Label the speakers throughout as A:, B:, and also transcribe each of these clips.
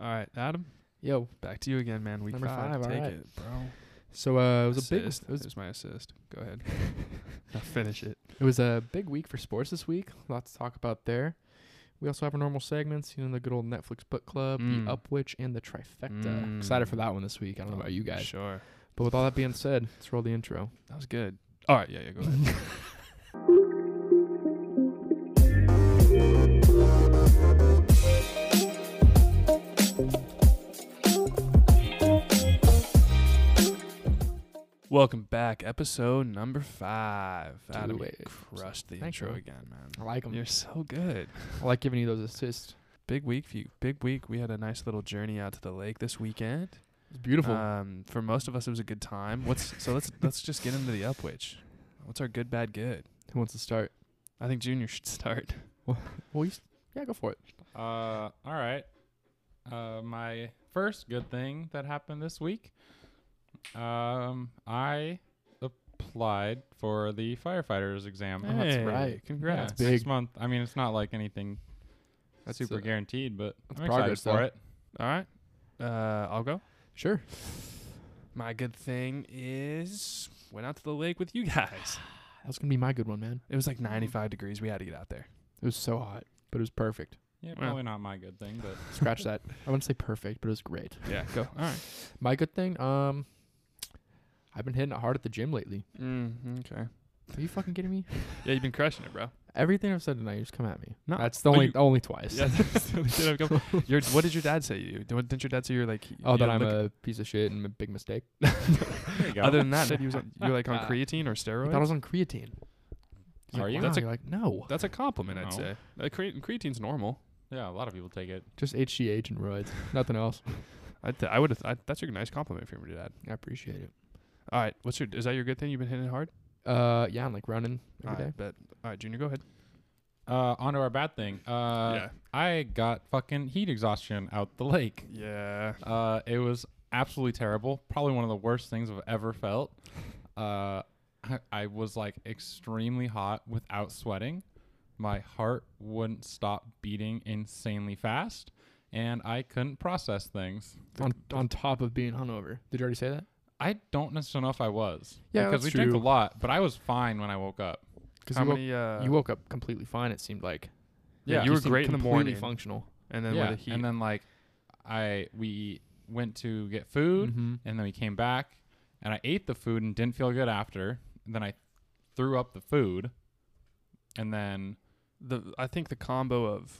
A: All right, Adam,
B: Yo.
A: back to you again, man. Week
B: Number
A: five.
B: five, all
A: Take
B: right.
A: it, bro.
B: So uh, it was a big.
A: Assist.
B: It was,
A: There's my assist. Go ahead. now finish it.
B: it was a big week for sports this week. A lot to talk about there. We also have our normal segments, you know, the good old Netflix book club,
A: Mm.
B: the Upwitch, and the trifecta.
A: Mm.
B: Excited for that one this week. I don't know about you guys,
A: Sure.
B: but with all that being said, let's roll the intro.
A: That was good. All right, yeah, yeah, go ahead. Welcome back, episode number five.
B: Do
A: Adam, you
B: it.
A: crushed the
B: Thank
A: intro
B: you.
A: again, man.
B: I like 'em.
A: You're so good.
B: I like giving you those assists.
A: Big week for you. Big week. We had a nice little journey out to the lake this weekend.
B: It's beautiful.
A: Um, for most of us, it was a good time. What's so? Let's let's just get into the upwitch. What's our good, bad, good?
B: Who wants to start?
A: I think Junior should start.
B: Well, you, s- yeah, go for it.
C: Uh, all right. Uh, my first good thing that happened this week. Um, I applied for the firefighters exam.
A: Oh, that's
C: Yeah,
B: right.
A: Congrats.
B: big.
C: Next month. I mean, it's not like anything
B: That's,
C: super
B: uh,
C: guaranteed, but
B: that's
C: I'm excited
B: progress,
C: for
B: though.
C: it.
A: All right. Uh, I'll go.
B: Sure.
A: My good thing is went out to the lake with you guys.
B: That was gonna be my good one, man.
A: It was like 95 degrees. We had to get out there.
B: It was so hot, but it was perfect.
C: Yeah,
A: Well.
C: probably not my good thing, but
B: Scratch that. I wouldn't say perfect, but it was great.
A: Yeah. Go. All right.
B: My good thing, um, I've been hitting it hard at the gym lately.
A: Mm, okay.
B: Are you fucking kidding me?
A: Yeah, you've been crushing it, bro.
B: Everything I've said tonight, you just come at me.
A: No,
B: that's the
A: but
B: only
A: you-
B: only twice.
A: Yeah. that's the only shit I've come- your, what did your dad say to you? Didn't didn't your dad say you were like?
B: Oh,
A: you
B: that
A: don't
B: I'm
A: look-
B: a piece of shit and a big mistake.
C: there you go.
A: Other than that, said you was on, you were like on creatine or
B: I
A: steroids.
B: thought I was on creatine. He's
C: Are
B: like,
C: you?
B: "Wow."
A: That's a-
B: You're like, no,
A: That's a compliment, I'd
C: No.
A: say. Uh, crea- creatine's normal.
C: yeah, a lot of people take it.
B: just HGH and roids, nothing else.
A: I'd th- I would. Th- that's a nice compliment from your dad.
B: I appreciate it.
A: All right, what's your? Is that your good thing? You've been hitting it hard.
B: Uh, yeah, I'm like running
A: All
B: every day.
A: right, bet. All right, Junior, go ahead.
C: Uh, on to our bad thing. Uh,
A: yeah,
C: I got fucking heat exhaustion out the lake.
A: yeah.
C: Uh, it was absolutely terrible. Probably one of the worst things I've ever felt. Uh, I, I was like extremely hot without sweating. My heart wouldn't stop beating insanely fast, and I couldn't process things.
B: On on top of being hungover, did you already say that?
C: I don't necessarily know if I was.
B: Yeah,
C: because
B: that's
C: we drank a
B: true.
C: lot, but I was fine when I woke up.
B: Because
A: How
B: you, woke-
A: many? uh,
B: you woke up completely fine. It seemed like.
A: Yeah,
B: Like,
A: you were
B: seemed
A: great in the
B: completely
A: morning.
B: Functional.
A: and then
C: yeah,
A: with the heat.
C: and then like, I we went to get food.
B: Mhm.
C: and then we came back and I ate the food and didn't feel good after. And then I threw up the food. And then
A: the I think the combo of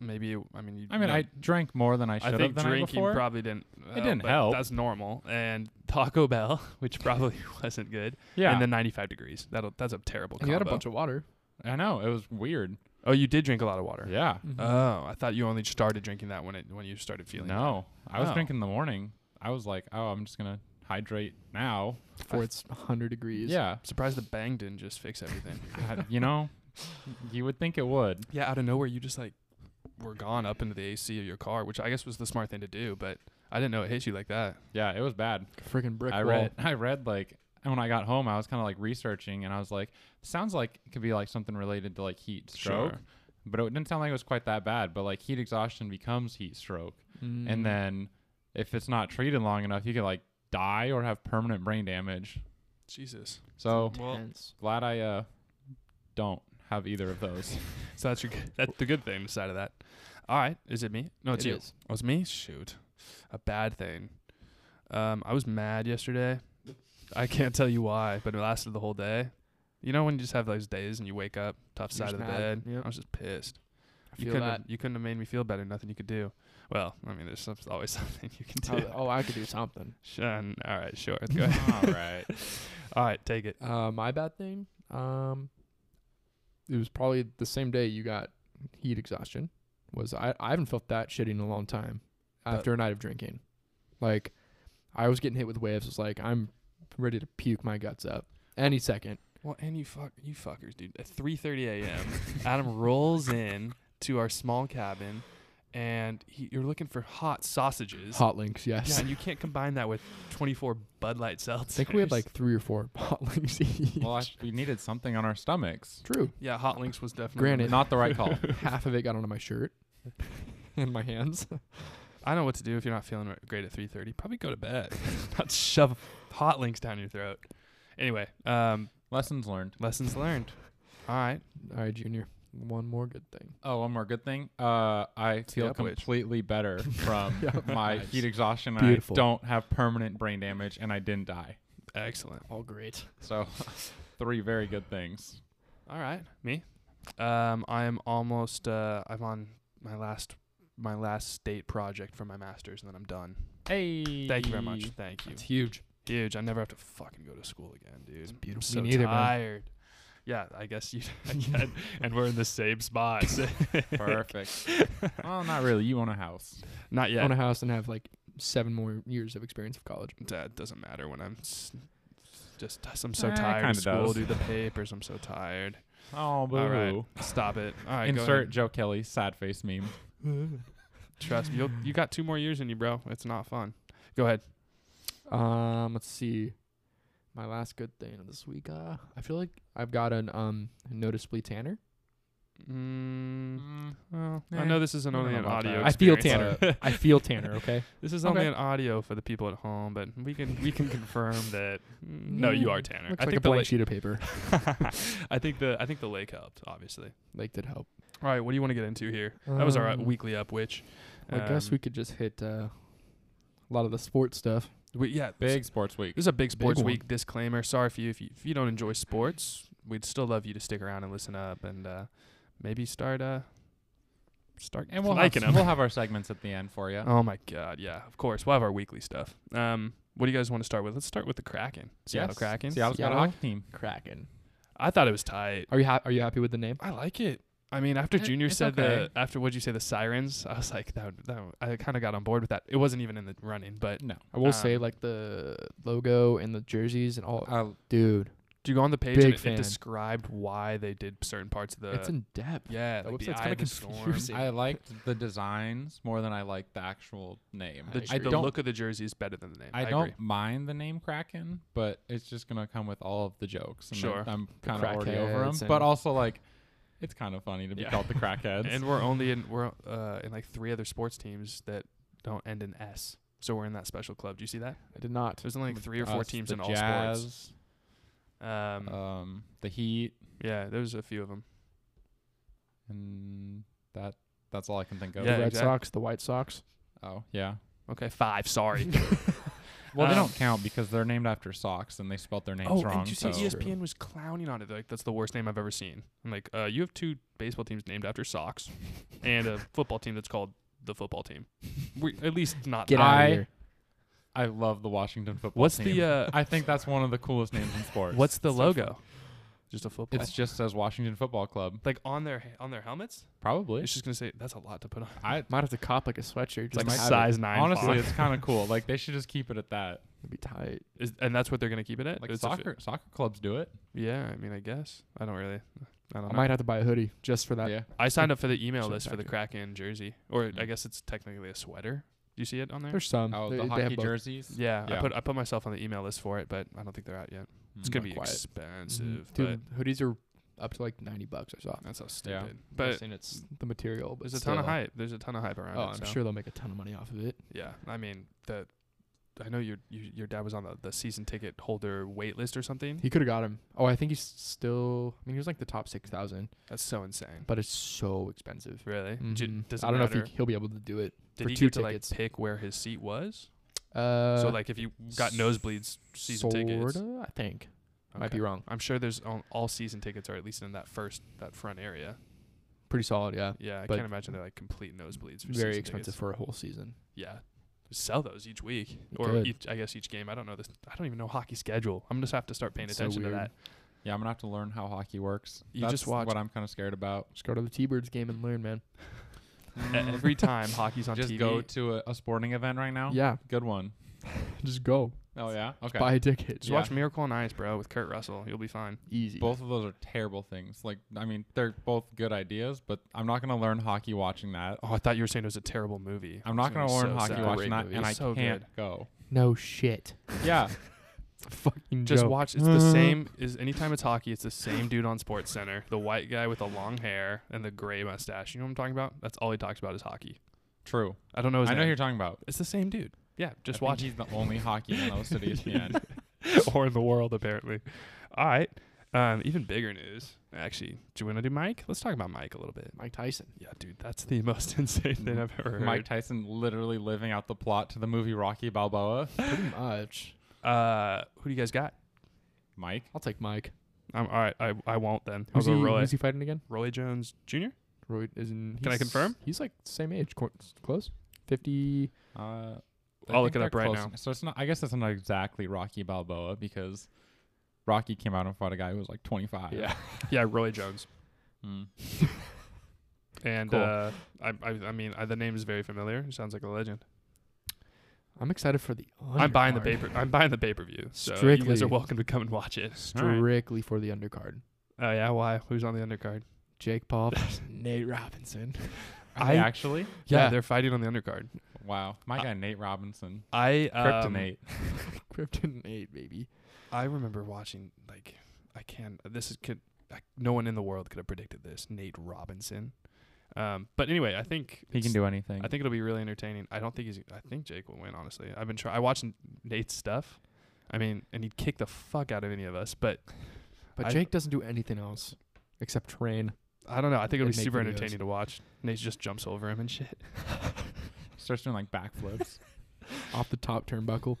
A: maybe it- I mean you,
C: I mean
A: no,
C: I drank more than I
A: I
C: should have
A: think
C: the night
A: drinking
C: before.
A: probably didn't. uh,
C: didn't
A: but
C: help.
A: That's normal. And Taco Bell, which probably wasn't good.
C: yeah.
A: And then 95 degrees. That'll that's a terrible.
B: And
A: combo.
B: you had a bunch of water.
C: I know, it was weird.
A: Oh, you did drink a lot of water.
C: Yeah.
B: Mm-hmm.
A: Oh, I thought you only started drinking that when it when you started feeling. bad.
C: No. I was
A: Oh.
C: drinking in the morning. I was like, "Oh, I'm just going to hydrate now."
B: before it's 100 degrees.
C: Yeah.
A: Surprised the bang didn't just fix everything.
C: I- you know, you would think it would.
A: yeah, out of nowhere, you just like were gone up into the AC of your car, which I guess was the smart thing to do, but I didn't know it hit you like that.
C: Yeah, it was bad.
B: Freaking brick
C: I
B: wall.
C: read I read like and when I got home, I was kind of like researching and I was like, sounds like it could be like something related to like heat stroke.
A: Sure.
C: But it didn't sound like it was quite that bad, but like heat exhaustion becomes heat stroke.
B: Mm.
A: Mm.
C: And then if it's not treated long enough, you could like die or have permanent brain damage.
A: Jesus.
C: So
A: well,
B: Tense.
C: glad I uh don't have either of those.
A: so that's your good, that's the good thing side of that. All right, is it me? No, it's
B: It
A: you.
B: is.
A: Oh, it's me. Shoot, a bad thing. Um, I was mad yesterday. I can't tell you why, but it lasted the whole day. You know when you just have those days and you wake up tough
B: You're
A: side
B: just
A: of the bed.
B: mad. Yep.
A: I was just pissed.
B: I
A: You
B: feel
A: couldn't
B: that.
A: have, you couldn't have made me feel better. Nothing you could do. Well, I mean, there's some, always something you can do.
B: Oh, oh, I could do something.
A: Shun. All right, sure. Go ahead.
C: All right.
A: All right, take it.
B: Uh, my bad thing. Um, it was probably the same day you got heat exhaustion. Was I? I haven't felt that shitty in a long time
A: But-
B: after a night of drinking. Like, I was getting hit with waves. It's like I'm ready to puke my guts up any second.
A: Well, and you fuck you fuckers, dude. At 3:30 a.m., Adam rolls in to our small cabin, and he, you're looking for hot sausages.
B: Hot links,
A: Yeah,
B: yes.
A: and you can't combine that with 24 Bud Light seltzers.
B: I think we had like three or four hot links each.
C: Well, I, we needed something on our stomachs.
B: True.
A: Yeah, Hot Links was definitely.
B: Granted.
C: Not the right call.
B: Half of it got onto my shirt and my hands.
A: I know what to do if you're not feeling great at 3:30. Probably go to bed. not shove hot links down your throat. Anyway, um,
C: Lessons learned.
A: lessons learned. All right.
B: All right, Junior. One more good thing.
C: Oh, one more good thing. Uh, I
A: the
C: feel
A: up witch.
C: completely better
A: Um,
C: from my
A: Nice.
C: heat exhaustion.
B: Beautiful.
C: I don't have permanent brain damage, and I didn't die.
A: Excellent.
B: All great.
C: So, three very good things.
A: All right. Me. Um, I'm almost. Uh, I'm on my last my last state project for my masters, and then I'm done.
C: Hey,
A: Thank you very much. Thank you.
B: It's huge.
A: Huge. I never have to fucking go to school again, dude. It's
B: beautiful.
A: I'm
B: Me
A: so
B: neither, man.
A: tired. Yeah, I guess you. Again, and we're in the same spot. so-
C: Perfect. well, not really. You own a house.
A: Not yet.
B: Own a house and have like seven more years of experience of college.
A: that Uh, doesn't matter when I'm s- just I'm so
C: Eh, it
A: tired of
C: kinda
A: school,
C: does.
A: dude. The papers, I'm so tired.
C: Oh, boo.
A: All right, stop it. All right, go
C: Insert
A: ahead.
C: Joe Kelly sad face meme.
A: Trust me, you'll, you got two more years in you, bro. It's not fun. Go ahead.
B: Um, let's see. My last good thing of this week. Uh, I feel like I've got an um noticeably tanner.
A: Mm, well,
C: Eh,
A: I know this isn't
C: I don't
A: only
C: know
A: an
C: about
A: audio.
C: that.
B: I feel
A: experience.
B: I feel tanner. Okay.
A: this is
B: Okay.
A: only an audio for the people at home, but we can we can confirm that. Mm, No, you are
B: Yeah,
A: Tanner.
B: Looks
A: I
B: like
A: think
B: a blank
A: the
B: sheet of paper.
A: lake. I think the I think the lake helped, obviously.
B: Like did help.
A: All right, what do you want to get into here? That was our uh,
B: Um,
A: weekly up, which
B: I guess
A: um,
B: we could just hit uh, a lot of the sports stuff.
A: we yeah
C: Big sports week.
A: This is a big sports
B: one.
A: week disclaimer. Sorry for you if you if you don't enjoy sports. We'd still love you to stick around and listen up and uh, maybe start uh start
C: And we'll have,
A: liking 'em.
C: we'll have our segments at the end for you.
A: Oh my god, yeah, of course. We'll have our weekly stuff. Um, what do you guys want to start with? Let's start with the Kraken. Seattle Kraken.
C: Seattle's got a
B: Seattle.
C: hockey team.
B: Kraken.
A: I thought it was tight.
B: Are you ha- are you happy with the name?
A: I like it. I mean, after
C: It-
A: Junior
C: it's
A: said
C: okay.
A: the after what'd you say the sirens, I was like that. would- that would- I kind of got on board with that. It wasn't even in the running, but
C: No.
B: I will say
A: Um,
B: like the logo and the jerseys and all.
C: Uh,
B: dude,
A: do you go on the page
B: Big
A: and it,
B: fan.
A: it described why they did certain parts of the
B: it's in depth.
A: yeah
B: that
A: like the
B: website's
A: eye
B: kinda
A: of the storm.
B: confusing.
C: I liked the designs more than I liked the actual name.
B: I
A: The,
B: agree.
A: I the
C: don't
A: look of the jersey is better than the name.
C: I,
A: I,
C: don't
A: agree.
C: mind the name Kraken, but it's just gonna come with all of the jokes. And
A: Sure.
C: I, am kind of already over them.
B: crackheads
C: But
B: and-
C: also like, it's kind of funny to be
A: Yeah.
C: called the crackheads.
A: And we're only in we're uh, in like three other sports teams that don't end in S. So we're in that special club. Do you see that?
B: I did not.
A: There's only like
C: With
A: three or four
C: us,
A: teams
C: the
A: in all sports.
C: Jazz,
A: Um,
C: Um, the Heat,
A: yeah, there's a few of them.
C: and that that's all I can think of.
B: The
A: Yeah,
B: Red
A: exactly.
B: Sox, the White Sox.
C: Oh yeah.
A: Okay, five. Sorry.
C: Well, they
A: Um,
C: don't count because they're named after socks and they spelled their names
A: oh,
C: wrong.
A: and you see,
C: so-
A: ESPN was clowning on it. They're Like that's the worst name I've ever seen. I'm like, uh, you have two baseball teams named after socks, and a football team that's called the football team. We at least not.
B: Get
A: that.
B: out
C: I-
B: of here.
C: I love the Washington football
A: What's
C: team.
A: the uh,
C: I think that's one of the coolest names in sports.
A: what's the
C: So
A: logo?
C: fun.
A: Just a football.
C: It's just says Washington Football Club.
A: like on their on their helmets.
C: Probably.
A: It's just gonna say that's a lot to put on.
C: I
B: Might have to cop like a sweatshirt. Just
A: It's like
B: to have
A: size
B: It.
A: nine.
C: Honestly,
A: font.
C: it's kind of cool. Like they should just keep it at that.
B: It'd be tight.
A: Is, and that's what they're gonna keep it at.
C: Like
A: It's a fi-
C: soccer, soccer clubs do it.
A: yeah, I mean, I guess I don't really. I don't
B: I
A: know.
B: might have to buy a hoodie just for that.
C: yeah.
A: I signed up for the email
B: Sure,
A: list for the Kraken jersey, or I guess it's technically a sweater. Do you see it on there?
B: There's some.
C: Oh,
B: They-
C: the
B: they
C: hockey
B: have both.
C: jerseys.
A: yeah, I
C: Yeah.
A: put I put myself on the email list for it, but I don't think they're out yet. It's
C: Mm.
A: gonna be
B: quiet.
A: expensive,
B: Mhm.
A: but
B: Dude, hoodies are up to like 90 bucks or so.
A: that's so stupid.
C: Yeah.
A: But
B: and it's the material. But
A: there's a ton of
B: still.
A: hype. There's a ton of hype around
B: Oh,
A: it.
B: I'm
A: so-
B: sure they'll make a ton of money off of it.
A: Yeah, I mean the. I know your your your dad was on the, the season ticket holder wait list or something.
B: He could have got him. Oh, I think he's still. I mean, he was like the top six thousand,
A: That's so insane.
B: but it's so expensive.
A: Really? J-
B: Mhm.
A: does it
B: I don't know
A: matter?
B: if he, he'll be able to do it.
A: Did
B: for
A: he
B: two
A: get to
B: tickets.
A: like pick where his seat was?
B: Uh,
A: so like if you got nosebleeds season tickets,
B: sorta, I think. Might be
A: Okay.
B: wrong.
A: I'm sure there's all, all season tickets are at least in that first that front area.
B: Pretty solid, yeah.
A: Yeah, I
B: But
A: can't imagine they're like complete nosebleeds. For
B: Very
A: season
B: expensive
A: Tickets.
B: for a whole season.
A: Yeah, sell those each week or
B: could.
A: each, I guess each game. I don't know this. I don't even know hockey schedule. I'm just have to start paying
B: It's so
A: attention to
B: weird.
A: that.
C: Yeah, I'm gonna have to learn how hockey works.
A: You
C: That's
A: just watch-
C: what I'm kind of scared about.
B: Just go to the T-Birds game and learn, man.
A: E- Every time hockey's on
C: just
A: TV,
C: go to a, a sporting event right now.
B: Yeah,
C: Good one.
B: just go.
C: Oh yeah. Okay.
B: Buy a ticket.
A: just
C: yeah.
A: watch Miracle on Ice, bro, with Kurt Russell. You'll be fine.
B: Easy.
C: Both of those are terrible things. Like I mean, they're both good ideas, but I'm not gonna learn hockey watching that.
A: Oh, I thought you were saying it was a terrible movie.
C: I'm not
A: It's
C: gonna
A: be
C: learn
A: so
C: hockey
A: sad.
C: watching
B: Great
C: that,
B: movie.
C: and I
A: So
C: can't
A: good.
C: go.
B: No shit.
C: Yeah.
B: Fucking
A: Just
B: joke.
A: watch. It's the same. Is anytime it's hockey, it's the same dude on Sports Center. The white guy with the long hair and the gray mustache. You know what I'm talking about? That's all he talks about is hockey.
C: True.
A: I don't know his
C: I know who
A: name.
C: you're talking about.
A: it's the same dude. Yeah, just
C: I
A: watch
C: Think he's the only hockey analyst at ESPN.
A: or in the world apparently. All right. Um, even bigger news, actually. Do you want to do Mike? Let's talk about Mike a little bit.
B: Mike Tyson.
A: Yeah, dude, that's the most insane thing I've ever heard.
C: Mm-hmm. Mike Tyson literally living out the plot to the movie Rocky Balboa.
B: Pretty much.
A: Uh, who do you guys got?
C: Mike.
B: I'll take Mike.
A: Um, all right, I, I won't then.
B: Who's
A: I'll
B: he,
A: go Roy.
B: who's he fighting again?
A: Roy Jones Jr.
B: Roy isn't.
A: Can I
B: he's-
A: confirm?
B: He's like same age, qu- close. Fifty.
C: Uh, I
A: I'll look
C: think
A: it up
C: they're
A: right
C: close.
A: now.
C: So it's not. I guess that's not exactly Rocky Balboa because Rocky came out and fought a guy who was like 25.
A: Yeah, Roy Jones.
C: Mm.
A: And
C: Cool.
A: uh, I, I I mean I, the name is very familiar. He sounds like a legend.
B: I'm excited for the.
A: I'm buying the
B: undercard.
A: paper. I'm buying the pay per view. So you guys
B: Strictly.
A: are welcome to come and watch it. All right.
B: Strictly for the undercard.
A: Oh yeah, why? Who's on the undercard?
B: Jake Paul, versus Nate Robinson.
C: Are they
A: I-
C: actually.
A: Yeah,
B: Yeah.
A: they're fighting on the undercard.
C: Wow. My
A: Uh,
C: guy Nate Robinson.
A: I um,
C: Kryptonate.
B: Kryptonite, baby.
A: I remember watching like I can this is could I, no one in the world could have predicted this Nate Robinson, um, but anyway I think
C: he can
A: it's-
C: do anything.
A: I think it'll be really entertaining. I don't think he's I think Jake will win honestly. I've been trying I watched Nate's stuff. I mean, and he'd kick the fuck out of any of us, but
B: But
A: I-
B: Jake doesn't do anything else except train.
A: I don't know. I think it'll
B: And
A: be
B: make
A: super
B: videos.
A: entertaining to watch. Nate just jumps over him and shit.
C: starts doing like backflips.
B: off the top turnbuckle.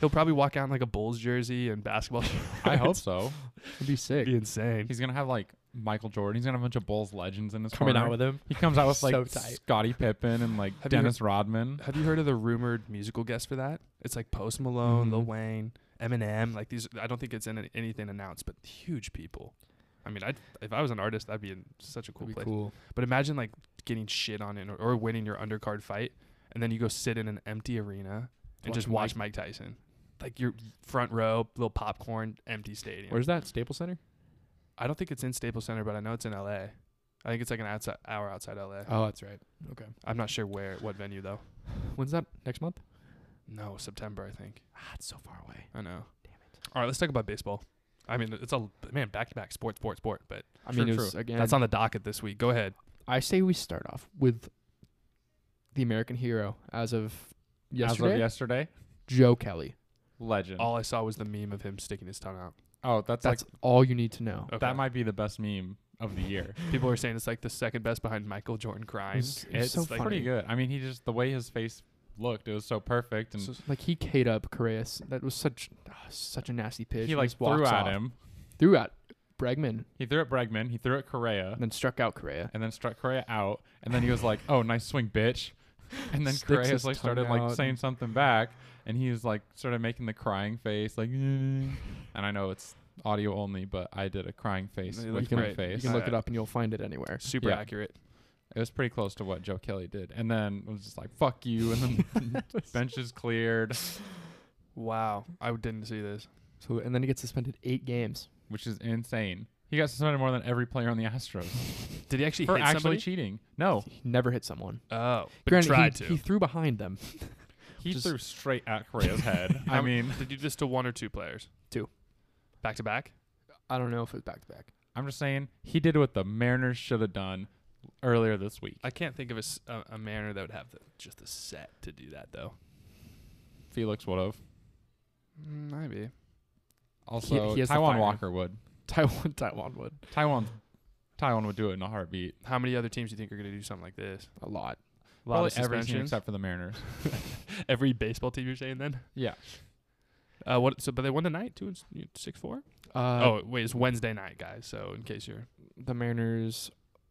A: He'll probably walk out in like a Bulls jersey and basketball.
C: I hope so.
B: It'd be sick.
A: It'd be insane.
C: He's gonna have like Michael Jordan. He's gonna have a bunch of Bulls legends in his
B: Coming
C: corner.
B: out with him.
C: He comes out with like
B: So tight.
C: Scottie Pippen and like
A: Have you heard-
C: Dennis Rodman.
A: Have you heard of the rumored musical guest for that? It's like Post Malone, Lil
B: Mhm.
A: Wayne, Eminem. Like these, I don't think it's in anything announced, but huge people. I mean, I'd, if I was an artist, that'd be in such a cool
B: It'd be
A: place.
B: cool.
A: But imagine like getting shit on it or, or winning your undercard fight, and then you go sit in an empty arena and
B: Watch
A: just watch Mike Tyson. Like your front row, little popcorn, empty stadium.
B: Where's that? Staples Center?
A: I don't think it's in Staples Center, but I know it's in L.A. I think it's like an outside hour outside L.A.
B: Oh, that's right. Okay.
A: I'm not sure where, what venue though.
B: When's that? Next month?
A: No, September I think.
B: Ah, it's so far away.
A: I know. Damn it. All right, let's talk about baseball. I mean, it's a man back to back sport, sport, sport. But
B: I
C: Sure,
B: mean, it
C: true.
B: was, again,
A: that's on the docket this week. Go ahead.
B: I say we start off with the American hero as of yesterday,
C: As of yesterday,
B: Joe Kelly.
C: legend.
A: All I saw was the meme of him sticking his tongue out.
C: oh, that's,
B: That's all you need to know.
A: Okay.
C: like that might be the best meme of the year.
A: People are saying it's like the second best behind Michael Jordan crying.
B: It's- it's
A: it's
B: so
A: like
C: Pretty
B: funny.
C: good. I mean, he just the way his face looked, it was so perfect, and
A: So-
B: Like he K'd up Correas. That was such ah, such a nasty pitch.
C: he like
B: just walks
C: threw at
B: off.
C: him.
B: Threw at Bregman
C: He threw at Bregman. He threw at Correa,
B: and then struck out Correa.
C: and then struck Correa out. And then he was like, "Oh, nice swing, bitch." And then
B: Sticks
C: Correa
B: his
C: like
B: tongue
C: started like
B: out.
C: saying something back, and he was like started making the crying face, like. "Eh." And I know it's audio only, but I did a crying face
A: You
C: with
A: can-
C: my
A: you
B: You
C: face.
B: can look
A: Alright.
B: it up and you'll find it anywhere.
A: super
C: Yeah.
A: accurate.
C: It was pretty close to what Joe Kelly did. And then it was just like, fuck you. And then benches cleared,
A: Wow, I didn't see this.
B: So and then he gets suspended eight games.
C: which is insane. He got suspended more than every player on the Astros
A: Did he actually
C: for
A: hit
C: actually
A: somebody?
C: cheating. No,
B: He never hit someone.
A: oh, but
B: Granted,
A: he tried
B: he,
A: to.
B: he threw behind them.
C: he
B: Just-
C: threw straight at Correa's head. I
A: How-
C: mean,
A: did you do this to one or two players?
B: Two.
A: Back to back.
B: I don't know if it was back to back.
C: I'm just saying he did what the Mariners should have done earlier this week.
A: I can't think of a, s- a- a Mariner that would have the, just the set to do that though.
C: Felix would have.
B: Mm,
A: Maybe.
C: Also,
B: he has the
C: Taiwan
B: fire.
C: Walker would.
B: Taiwan Taiwan would.
C: Taiwan, Taiwan would do it in a heartbeat.
A: How many other teams do you think are going to do something like this?
B: A lot.
A: A lot
C: Probably
A: of
C: every team
A: suspensions?
C: except for the Mariners.
A: Every baseball team you're saying then?
C: Yeah.
A: Uh, what? So, but they won tonight, two and s- you- six four.
B: Uh,
A: oh wait, it's Wednesday night, guys. So in case you're
B: the Mariners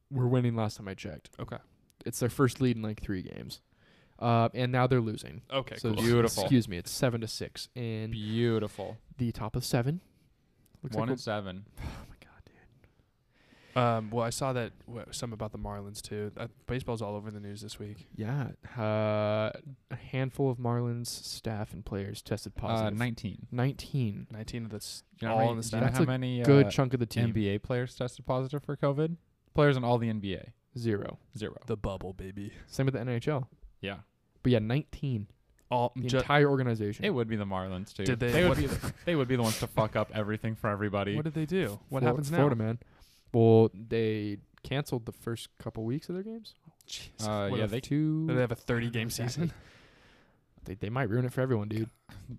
B: were winning last time I checked.
A: okay,
B: It's their first lead in like three games, uh, and now they're losing.
A: okay,
B: so
A: cool.
C: Beautiful.
B: Excuse me. It's seven to six in
C: Beautiful.
B: the top of seven. Looks
C: One
B: like
C: and seven.
B: we'll- oh my god, dude.
A: Um, well, I saw that wh- some about the Marlins too. Uh, baseball's all over the news this week.
B: Yeah, uh, a handful of Marlins staff and players tested
C: Uh,
B: positive.
C: 19.
B: Nineteen.
A: Nineteen of the s-
C: You know
A: all
C: how
A: in the
C: many, do you know
A: staff.
B: That's
C: how
B: a
C: many
B: Good
C: uh,
B: chunk of the team.
C: NBA players tested positive for COVID? Players in all the NBA.
B: Zero.
C: Zero.
A: The bubble, baby.
B: Same with the NHL.
C: Yeah.
B: But yeah, 19.
A: All
B: The
A: ju-
B: entire organization.
C: It would be the Marlins too.
A: Did they-
C: would
A: what-
C: be the, they would be the ones to fuck up everything for everybody.
A: What did they do? What
B: Flor-
A: happens now?
B: Florida, man. Well, they canceled the first couple weeks of their games.
A: Jesus.
C: Uh,
B: What,
C: yeah,
B: a
C: they
B: two.
A: Did Oh, they have a 30 game
B: Exactly.
A: season?
B: They, they might ruin it for everyone, dude.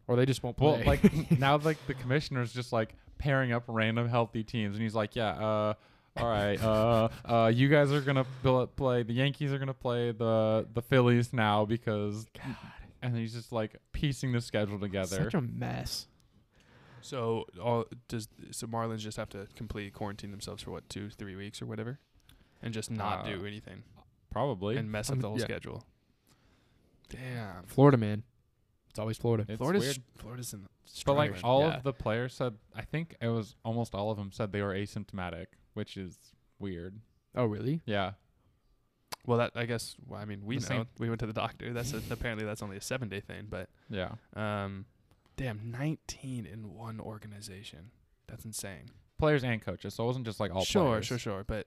B: Or they just won't play.
C: Well, like now, like the commissioner's just like pairing up random healthy teams, and he's like, "Yeah, uh, all right, uh, uh, you guys are gonna bill- play the Yankees are gonna play the the Phillies now because," and he's just like piecing the schedule together.
B: such a mess.
A: So all does so Marlins just have to completely quarantine themselves for what two three weeks or whatever, and just not
C: Uh,
A: do anything
C: Probably,
A: and mess up
B: um,
A: the whole
B: yeah.
A: schedule. Damn,
B: Florida, man. It's always Florida.
C: it's
A: Florida's
C: weird.
A: Florida's in. The
C: But like
A: strangulation.
C: all
B: yeah.
C: of the players said, I think it was almost all of them said they were asymptomatic, which is weird.
B: Oh, really?
C: Yeah,
A: well, that I guess well, I mean we
C: The
A: know
C: same-
A: we went to the doctor. That's a, apparently that's only a seven day thing, but
C: yeah.
A: um, damn, nineteen in one organization. That's insane.
C: Players and coaches, so it wasn't just like all
A: sure,
C: players.
A: sure, sure. But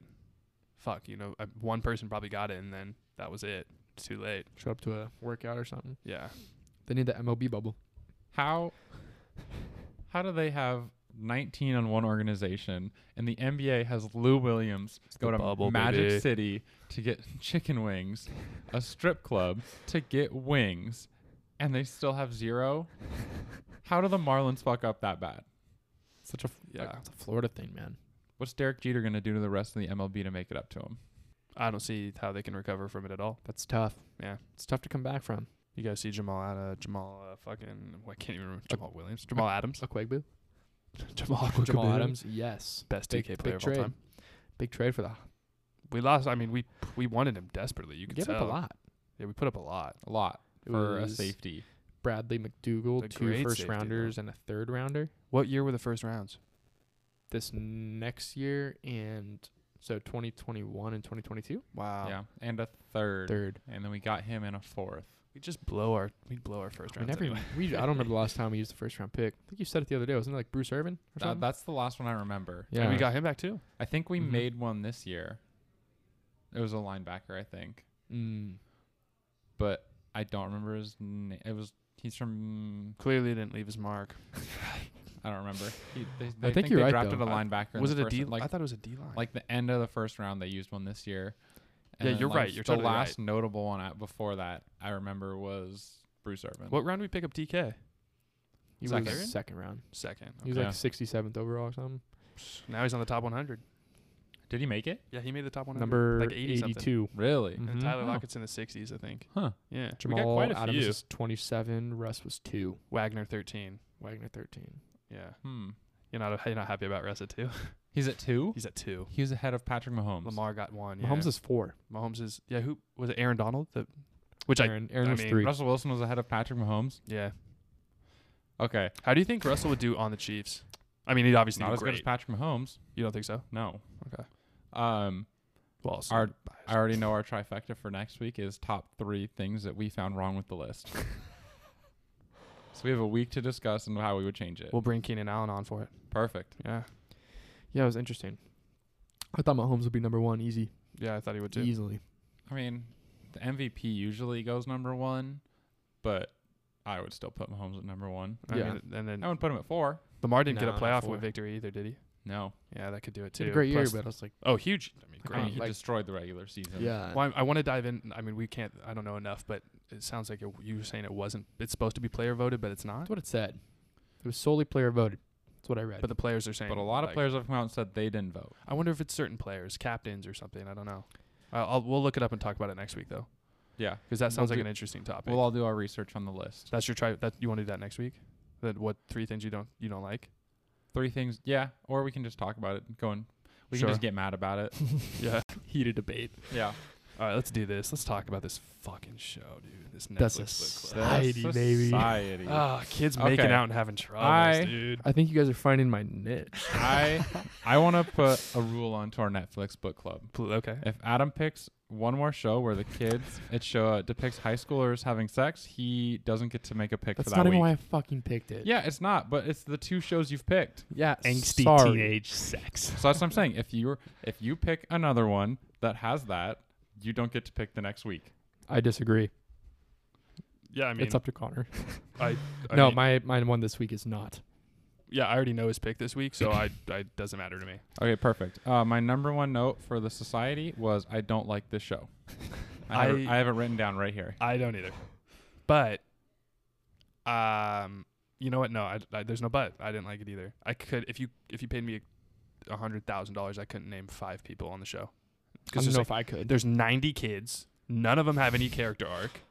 A: fuck, you know, uh, one person probably got it, and then that was it. It's too late.
B: Showed up to a workout or something.
A: Yeah.
B: They need the MLB bubble.
C: How how do they have 19 on one organization and the NBA has Lou Williams go
A: the
C: to
A: bubble,
C: Magic
A: baby.
C: City to get chicken wings, a strip club to get wings, and they still have zero? How do the Marlins fuck up that bad?
B: Such a f-
A: Yeah.
B: Like, it's a Florida thing, man.
C: What's Derek Jeter going to do to the rest of the MLB to make it up to him?
A: I don't see how they can recover from it at all.
B: That's tough.
A: Yeah.
B: It's tough to come back from.
A: You guys see Jamal Adams, Jamal uh, fucking, well, I can't even remember Jamal Williams, Jamal Adams,
B: A Quagbu.
A: Jamal,
B: Jamal Adams. Yes.
A: best
B: Big-
A: DK
B: big
A: player of all
B: trade.
A: time.
B: Big trade for the.
A: We lost. I mean, we we wanted him desperately. You
B: You
A: could
B: gave
A: tell.
B: up a lot.
A: Yeah, we put up a lot.
C: A lot
B: It
C: for a
B: was
C: safety.
B: Bradley
A: The
B: McDougal, two
A: great
B: first
A: safety, though.
B: rounders and a third rounder
A: What year were the first rounds?
B: this next year, and so 2021 and 2022.
A: Wow.
C: Yeah, and a third.
B: Third.
C: And then we got him in a fourth.
A: We just blow our we blow our first
B: We
A: rounds.
B: never.
A: anyway.
B: even- We, I don't remember the last time we used the first round pick. I think you said it the other day. Wasn't it like Bruce Irvin or
C: That,
B: something?
C: that's the last one I remember.
B: yeah.
A: And we got him back too.
C: I think we
B: Mhm.
A: Mm-hmm.
C: made one this year. It was a linebacker, I think,
B: Mm,
C: but I don't remember his name. It was he's from
A: Clearly didn't leave his mark.
C: I don't remember. He, they, they
B: think you're
C: they
B: right,
C: drafted
B: though.
C: a
A: I-
C: linebacker. in
A: was it
C: the
A: a
C: first,
A: D?
C: Like
A: I thought it was a D line.
C: like the end of the first round, they used one this year.
A: Yeah,
C: then,
A: you're
C: like,
A: right, you're
C: the
A: totally
C: last
A: right.
C: notable one at, before that I remember was Bruce Irvin.
A: what round did we pick up DK?
B: he
C: Second?
B: was second round.
A: Second.
B: He was
C: Yeah.
B: like 67th overall or something.
A: Now he's on the top 100.
C: Did he make it?
A: Yeah, he made the top 100.
B: Number
A: like 80 something.
B: 82.
C: Really?
B: Mm.
A: And
B: Mhm.
A: Tyler
C: Oh.
A: Lockett's in the 60s, I think.
C: Huh.
A: Yeah.
C: We got
B: Jamal
C: quite a
B: Adams
C: few.
B: was 27. Russ was two.
A: Wagner 13.
B: Wagner 13.
A: Yeah.
C: Hmm.
A: You're not you're not happy about Russ at two.
C: He's at two.
A: He's at two.
C: He was ahead of Patrick Mahomes.
A: Lamar got one. Yeah.
B: Mahomes is four.
A: Mahomes is yeah. Who was it? Aaron Donald. The, which I
B: Aaron, Aaron
A: I
B: was
A: mean,
B: three.
C: Russell Wilson was ahead of Patrick Mahomes.
A: yeah.
C: Okay,
A: How do you think Russell would do on the Chiefs? I mean, he'd obviously
C: not
A: do
C: as
A: great.
C: good as Patrick Mahomes.
A: you don't think so?
C: No.
A: Okay.
C: Um,
A: Well, also
C: Our-
A: biased.
C: I already know our trifecta for next week is top three things that we found wrong with the list. so we have a week to discuss and how we would change it.
A: we'll bring Keenan Allen on for it.
C: Perfect.
A: Yeah.
B: Yeah, it was interesting. I thought Mahomes would be number one easy,
A: Yeah, I thought he would too.
B: easily.
C: I mean, the MVP usually goes number one, but I would still put Mahomes at number one.
A: I
B: Yeah. Oh,
A: mean, and then
C: I would put him at four.
A: Lamar didn't
B: Nah,
A: get a playoff
B: four.
A: win victory either, did he?
C: No.
A: Yeah, that could do it too.
B: He had a great year,
A: Plus-
B: but I was like,
A: oh, huge. I mean,
B: I
C: I
A: great.
C: mean,
B: mean,
C: he
B: like-
C: destroyed the regular season.
B: yeah.
A: Well, I, I want to dive in. I mean, we can't. I don't know enough, but it sounds like it, you were saying it wasn't. It's supposed to be player voted, but it's not.
B: That's what it said. It was solely player voted. That's what I read.
A: But the players are saying.
C: But a lot of
A: like-
C: players have come out and said they didn't vote.
A: I wonder if it's certain players, captains, or something. I don't know. I'll, I'll we'll look it up and talk about it next week though,
C: Yeah.
A: because that sounds
C: We'll
A: like an
C: do-
A: interesting topic.
C: We'll all do our research on the list.
A: That's your try. That you want to do that next week? That what three things you don't you don't like?
C: Three things. Yeah. Or we can just talk about it going. We can just
A: Sure.
C: get mad about it.
A: Yeah.
B: heated debate.
C: yeah.
A: All right, let's do this. Let's talk about this fucking show, dude. This
B: That's a
A: Netflix book club.
B: Society,
C: That's
B: baby.
C: Society.
A: Ah, kids making
C: Okay.
A: out and having troubles,
C: I-
A: dude.
B: I think you guys are finding my niche.
C: I I want to put a rule onto our Netflix book club.
A: Pl- Okay.
C: If Adam picks one more show where the kids it show it depicts high schoolers having sex, he doesn't get to make a pick
B: That's
C: for that
B: not
C: week.
B: even why I fucking picked it.
C: yeah, it's not, but it's the two shows you've picked.
B: Yeah.
D: angsty
B: sorry.
D: teenage sex.
C: So that's what I'm saying. If you if you pick another one that has that, you don't get to pick the next week.
B: I disagree.
A: Yeah, I mean,
B: it's up to Connor.
A: I, I
B: no,
A: mean,
B: my mine one this week is not.
A: yeah, I already know his pick this week, so I, I doesn't matter to me.
C: Okay, perfect. Uh, my number one note for the society was I don't like this show. I, have, it-
A: I-
C: I have it written down right here.
A: I don't either. But, um, you know what? No, I, I- there's no but. I didn't like it either. I could if you if you paid me a hundred thousand dollars, I couldn't name five people on the show.
B: I
A: Because
B: don't
A: there's,
B: know
A: like-
B: if I could.
A: there's 90 kids. None of them have any character arc,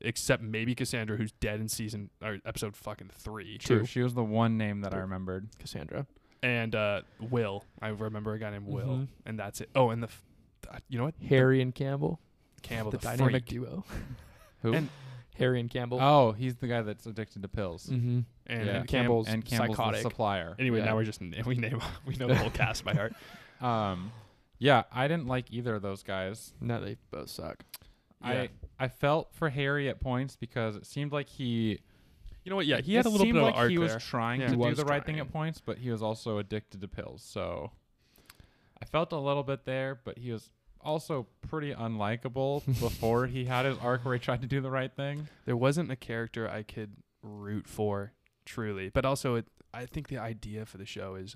A: except maybe Cassandra, who's dead in season or episode fucking three.
B: True.
C: She was the one name that I
B: True.
C: remembered.
B: Cassandra.
A: And uh, Will, I remember a guy named Will,
B: Mhm.
A: and that's it. Oh, and the, f- uh, you know what?
B: Harry and Campbell.
A: Campbell,
B: the,
A: the,
B: dynamic
A: freak,
B: duo.
C: Who?
A: And-
B: Harry and Campbell.
C: oh, he's the guy that's addicted to pills.
B: mm-hmm.
A: and
C: Yeah.
B: and Campbell's
C: and Campbell's
B: psychotic.
C: the supplier.
A: Anyway,
B: Yeah.
A: now we're just we name we know the whole cast by heart.
C: Um, yeah, I didn't like either of those guys.
B: No, they both suck.
A: Yeah.
C: I I felt for Harry at points because it seemed like he
A: You know what? Yeah, he
C: it
A: had a little
C: seemed
A: bit of
C: like
A: arc
C: he was
A: there.
C: trying
A: Yeah.
C: to
B: He
C: do
B: was
C: the right thing
B: trying.
C: at points, but he was also addicted to pills. So I felt a little bit there, but he was also pretty unlikable before he had his arc where he tried to do the right thing.
A: There wasn't a character I could root for truly, but also it, I think the idea for the show is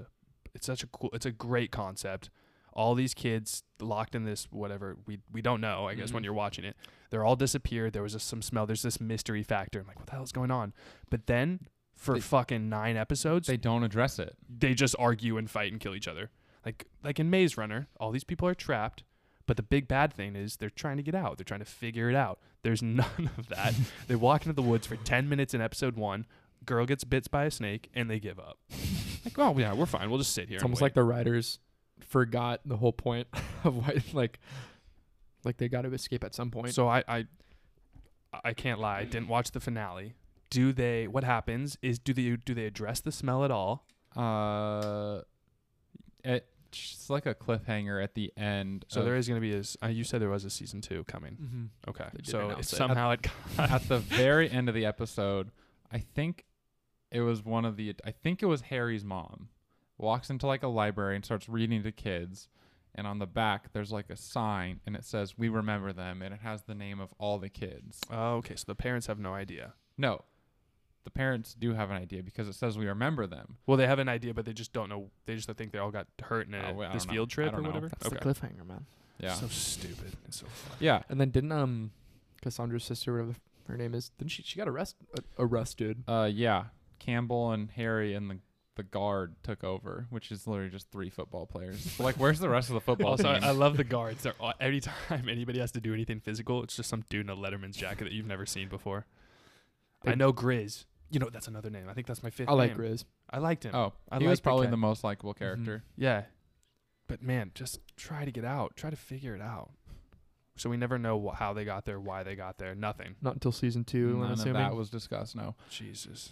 A: it's such a cool, it's a great concept. All these kids locked in this whatever we we don't know. I guess when
C: Mhm.
A: you're watching it, they're all disappeared. There was just some smell. There's this mystery factor. I'm like, what the hell's going on? But then for
C: They-
A: fucking nine episodes,
C: They don't address it.
A: they just argue and fight and kill each other. Like like in Maze Runner, all these people are trapped, but the big bad thing is they're trying to get out. They're trying to figure it out. There's none of that. they walk into the woods for 10 minutes in episode 1. Girl gets bit by a snake and they give up. Like, oh yeah, we're fine. We'll just sit here.
B: It's almost like the writers forgot the whole point of why, like, like they got to escape at some point.
A: So I I I can't lie. I didn't watch the finale. Do they what happens is do they do they address the smell at all?
C: Uh, it, it's like a cliffhanger at the end.
A: So
C: of-
A: there is going to be as uh, you said there was a season 2 coming.
B: mm-hmm.
A: Okay.
B: They did
A: So
B: announce
A: it's
B: it.
A: somehow it
C: at the very end of the episode, I think it was one of the I think it was Harry's mom walks into like a library and starts reading to kids and on the back there's like a sign and it says we remember them and it has the name of all the kids.
A: Oh, okay. So the parents have no idea.
C: No. The parents do have an idea because it says we remember them.
A: Well, they have an idea, but they just don't know. They just think they all got hurt in a,
C: Oh, well, I
A: this
C: don't know.
A: field
C: I
A: trip or
C: don't know.
A: whatever.
B: That's the cliffhanger, man.
C: Yeah.
A: So stupid. It's so fun.
C: yeah.
B: And then didn't um, Cassandra's sister, whatever her name is, didn't she? She got arrested. Uh, arrested.
C: Uh yeah. Campbell and Harry and the the guard took over, which is literally just three football players. like where's the rest of the football
A: Also, I,
C: team?
A: I love the guards. They're all, every time anybody has to do anything physical, it's just some dude in a Letterman's jacket that you've never seen before. I
B: They-
A: know Grizz. You know that's another name. I think that's my fifth.
B: I like Mm-hmm.
A: name.
B: Grizz.
A: I liked him.
C: Oh,
A: I
C: he
A: like
C: was
A: the Mm-hmm.
C: probably
A: cat.
C: the most likable character.
A: Yeah, but man, just try to get out. Try to figure it out. So we never know wh- how they got there, why they got there. Nothing.
B: Not until season two.
C: None
B: I'm
C: of
B: assuming.
C: that was discussed. No.
A: Jesus,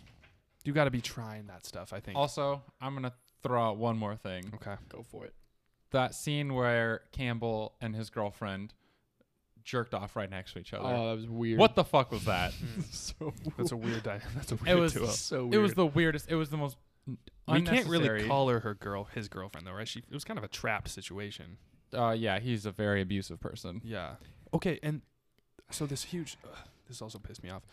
A: you got to be trying that stuff. I think.
C: Also, I'm gonna throw out one more thing.
A: okay.
B: Go for it.
C: That scene where Campbell and his girlfriend jerked off right next to each other.
B: Oh, that was weird.
C: what the fuck was that?
B: so
A: That's a weird. Di- that's a weird
C: Hmm. it was
A: duo.
B: so weird.
C: it was the weirdest. It was the most.
A: We can't
C: unnecessary-
A: really call her her girl, his girlfriend though, right? She it was kind of a trapped situation.
C: Uh, yeah, he's a very abusive person.
A: Yeah. Okay, and so this huge, ugh, this also pissed me off.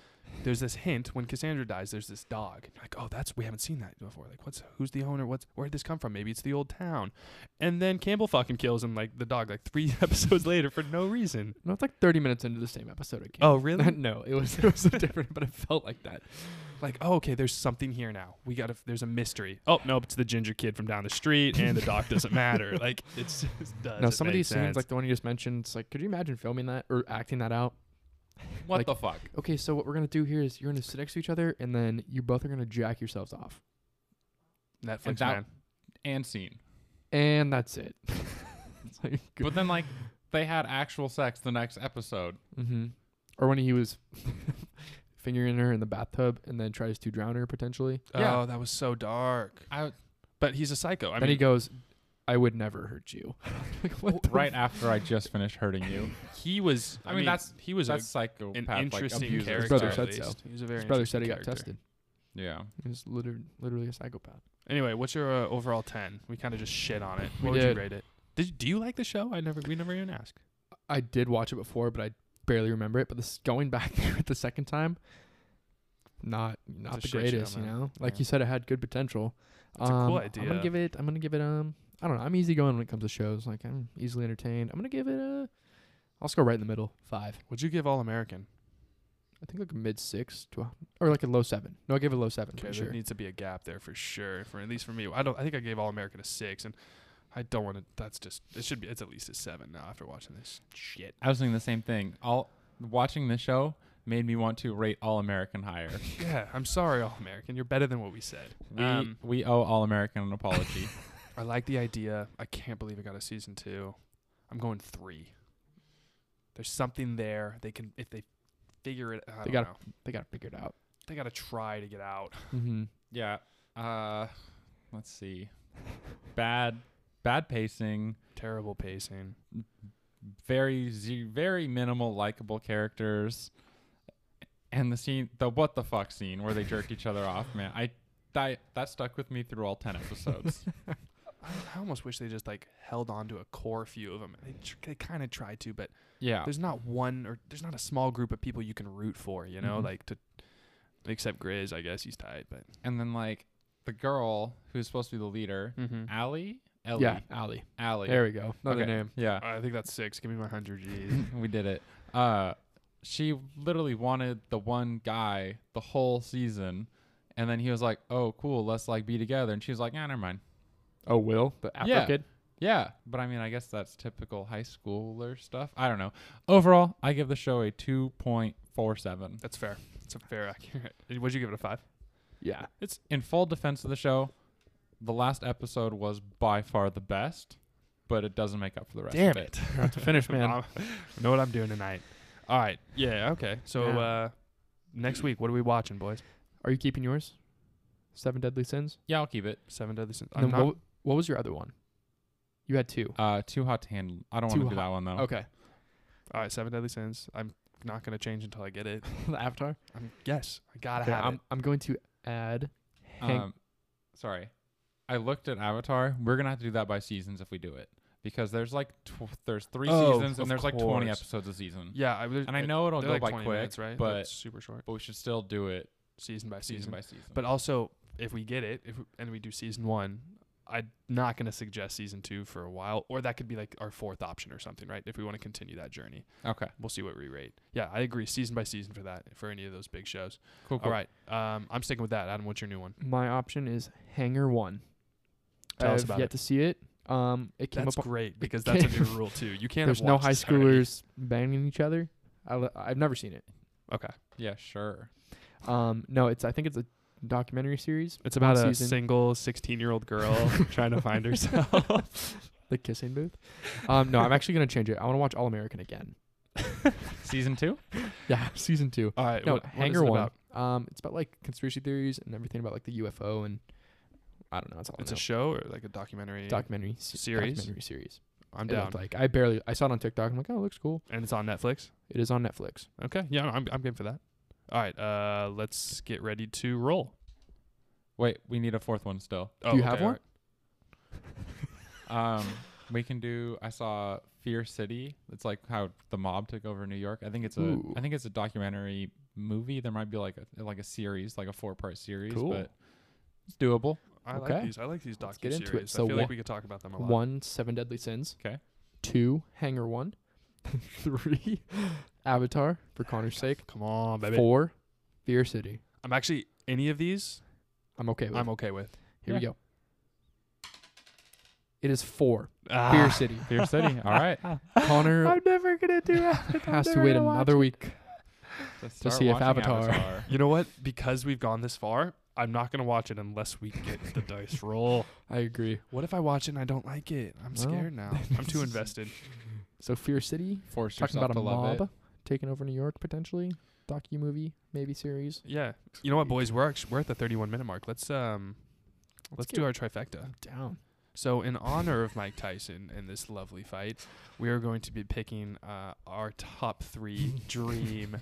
A: There's this hint when Cassandra dies. There's this dog. You're like, oh, that's we haven't seen that before. Like, what's who's the owner? What's where did this come from? Maybe it's the old town. And then Campbell fucking kills him like the dog like three episodes later for no reason.
B: No, it's like 30 minutes into the same episode again.
A: Oh, really?
B: no, it was it was so different, but it felt like that.
A: Like, oh, okay, there's something here now. We got to there's a mystery. Oh nope, it's the ginger kid from down the street, and the dog doesn't matter. Like, it's just does.
B: Now, some of these scenes, like the one you just mentioned, it's like, could you imagine filming that or acting that out?
C: What
B: Like-
C: the fuck?
B: Okay, so what we're gonna do here is you're gonna sit next to each other, and then you both are gonna jack yourselves off,
A: Netflix
C: and that-
A: man.
C: And scene.
B: and that's it. it's like,
C: But then like they had actual sex the next episode.
B: mm-hmm. Or when he was fingering her in the bathtub, and then tries to drown her potentially.
C: Yeah.
A: Oh, that was so dark.
C: I
A: But he's a psycho. I
B: then he
A: mean,
B: goes, "I would never hurt you." like, what the
C: right after I just finished hurting you.
A: he, was. I,
C: I mean,
A: mean,
C: that's-
A: he was
C: That's
A: a,
C: psychopath.
A: an
C: like,
A: interesting
C: abuser
A: character.
B: brother
A: at
C: style.
B: said so.
A: least. He was a very.
B: His brother
A: interesting
B: said he got
A: character.
B: tested.
C: Yeah.
B: He was literally, literally a psychopath.
A: Anyway, what's your uh, overall ten? We kind of just shit on it.
B: We
A: What would
B: did.
A: you rate it? Did do you like the show? I never. We never even asked.
B: I did watch it before, but I barely remember it. But this going back there the second time, not not
A: a
B: the
A: shit show,
B: greatest, you
A: man.
B: know. Like
A: Yeah.
B: you said, it had good potential.
A: It's a cool
B: Um, I'm gonna
A: idea.
B: give it. I'm gonna give it. Um, I don't know. I'm easy going when it comes to shows. Like I'm easily entertained. I'm gonna give it a. I'll just go right in the middle. Five.
A: Would you give All American?
B: I think like a mid six to a, or like a low seven. No, I gave it a low seven.
A: Okay,
B: for
A: there
B: sure.
A: needs to be a gap there for sure. For at least for me, I don't. I think I gave All American a six, and I don't want to. That's just. It should be. It's at least a seven now after watching this shit.
C: I was doing the same thing. All watching this show made me want to rate All American higher.
A: Yeah, I'm sorry, All American. You're better than what we said.
C: we
A: Um,
C: we owe All American an apology.
A: I like the idea. I can't believe it got a season two. I'm going three. There's something there. They can if they figure it. I
B: They
A: don't
B: gotta-
A: know.
B: they got it figured out.
A: They got to try to get out.
B: Mm-hmm.
C: yeah. Uh, let's see. Bad bad pacing.
A: Terrible pacing.
C: Very ze- very minimal likable characters. And the scene, the what the fuck scene where they jerk each other off, man. I that, that stuck with me through all ten episodes.
A: I, I almost wish they just like held on to a core few of them. They, tr- they kind of tried to, but
C: yeah.
A: there's not one or there's not a small group of people you can root for. You know,
C: Mhm.
A: like to except Grizz. I guess he's tied, but
C: And then like the girl who's supposed to be the leader,
A: Mm-hmm.
C: Allie, Ellie,
B: Yeah, Allie.
C: Allie.
B: There we go. Another
C: Okay.
B: name.
C: Yeah.
A: Uh, I think that's six. Give me my hundred G's.
C: we did it. Uh, she literally wanted the one guy the whole season, and then he was like, "Oh, cool, let's like be together," and she was like, "Yeah, never mind."
B: Oh, Will, the Afro
C: Yeah.
B: kid.
C: Yeah, but I mean, I guess that's typical high schooler stuff. I don't know. Overall, I give the show a two point four seven.
A: that's fair. That's a fair accurate. Would you give it a five?
B: Yeah.
C: It's in full defense of the show. The last episode was by far the best, but it doesn't make up for the rest of it.
B: to finish, man.
A: Um, know what I'm doing tonight. All right. Yeah. Okay. So
B: Yeah.
A: uh, next week, what are we watching, boys?
B: Are you keeping yours? Seven Deadly Sins.
C: Yeah, I'll keep it.
A: Seven Deadly Sins.
B: And
A: I'm
B: then
A: not,
B: what, what was your other one? You had two.
C: Uh, too hot to handle. I don't want
B: Too
C: to do that one
A: Oh.
C: though.
B: Okay.
A: all right. Seven Deadly Sins. I'm not gonna change until I get it.
B: the Avatar.
A: I'm, yes, I gotta
B: Okay,
A: have
B: I'm
A: it.
B: I'm going to add Hank.
C: Um, sorry, I looked at Avatar. We're gonna have to do that by seasons if we do it because there's like tw- there's three
A: Oh, of
C: seasons and there's like 20
A: course.
C: episodes a season.
A: Yeah. I,
C: And I know it'll
A: they're
C: go
A: like
C: by
A: 20
C: quick,
A: minutes, right?
C: but
A: They're super short.
C: but we should still do it
A: Season by
C: season,
A: season.
C: by season.
A: But also, if we get it, if and we do season one, I'm not gonna suggest season two for a while, or that could be like our fourth option or something, right? If we want to continue that journey,
C: okay,
A: we'll see what we rate. Yeah, I agree. Season by season for that for any of those big shows.
C: cool.
A: All right, um, I'm sticking with that. Adam, what's your new one?
B: my option is Hanger One.
A: Tell
B: I've
A: us about
B: yet
A: it.
B: to see it. Um, it came
A: That's
B: up.
A: great because that's a new
B: came-
A: rule too. You can't.
B: There's
A: have
B: no
A: watched
B: high
A: this already.
B: schoolers banging each other. I li- I've never seen it.
A: Okay,
C: Yeah, sure.
B: Um, no, it's I think it's a documentary series.
A: it's about
B: One
A: a
B: season.
A: single 16 year old girl trying to find herself.
B: The kissing booth. Um, no, I'm actually gonna change it. I want to watch All American again.
C: season two.
B: Yeah, season two.
A: All right,
B: No,
A: what, what is
B: Hanger
A: it
B: One.
A: about?
B: Um, it's about like conspiracy theories and everything about like the UFO and I don't know. It's all
A: It's a
B: I know.
A: show or like a documentary.
B: documentary se-
A: series?
B: Documentary series.
A: I'm
B: It
A: down,
B: looked like I barely. I saw it on TikTok. I'm like, oh, it looks cool.
A: and it's on Netflix.
B: It is on Netflix.
A: Okay, yeah, I'm I'm game for that. All right, uh, let's get ready to roll.
C: Wait, we need a fourth one still.
A: Oh,
B: you have
A: okay, all
B: one?
A: right.
C: Um, we can do. I saw Fear City. It's like how the mob took over New York. I think it's a. I
B: Ooh.
C: think it's a documentary movie. There might be like a like a series, like a four part series,
B: Cool.
C: but it's doable.
A: I like
B: Okay.
A: these. I like these
B: Let's
A: docu
B: get into it.
A: series.
B: So
A: I feel
B: one-
A: like we could talk about them a lot.
B: One, Seven Deadly Sins.
C: 'Kay.
B: Two, Hanger One. Three, Avatar for Connor's sake.
A: Come on, baby.
B: Four, Fear City.
A: I'm actually any of these.
B: I'm okay with.
A: I'm
B: it.
A: okay with.
B: Here we go. It is four. Fear
A: Ah,
B: City.
C: Fear City. All right.
B: Connor
A: never gonna do that.
B: has to wait another week.
C: Let's
B: To
C: start
B: see if
C: watching
B: Avatar-
A: You know what? Because we've gone this far, I'm not gonna watch it unless we get the dice roll.
B: I agree.
A: What if I watch it and I don't like it? I'm
B: Well,
A: scared now. I'm too invested.
B: So Fear City,
C: Force
B: talking about
C: yourself
B: a
C: to love it.
B: mob taking over New York potentially, docu movie maybe series.
A: Yeah. You know what, boys? We're act- we're at the 31 minute mark. Let's um, let's
B: get-
A: do our trifecta.
B: I'm down.
A: So, in honor of Mike Tyson and this lovely fight, we are going to be picking uh, our top three dream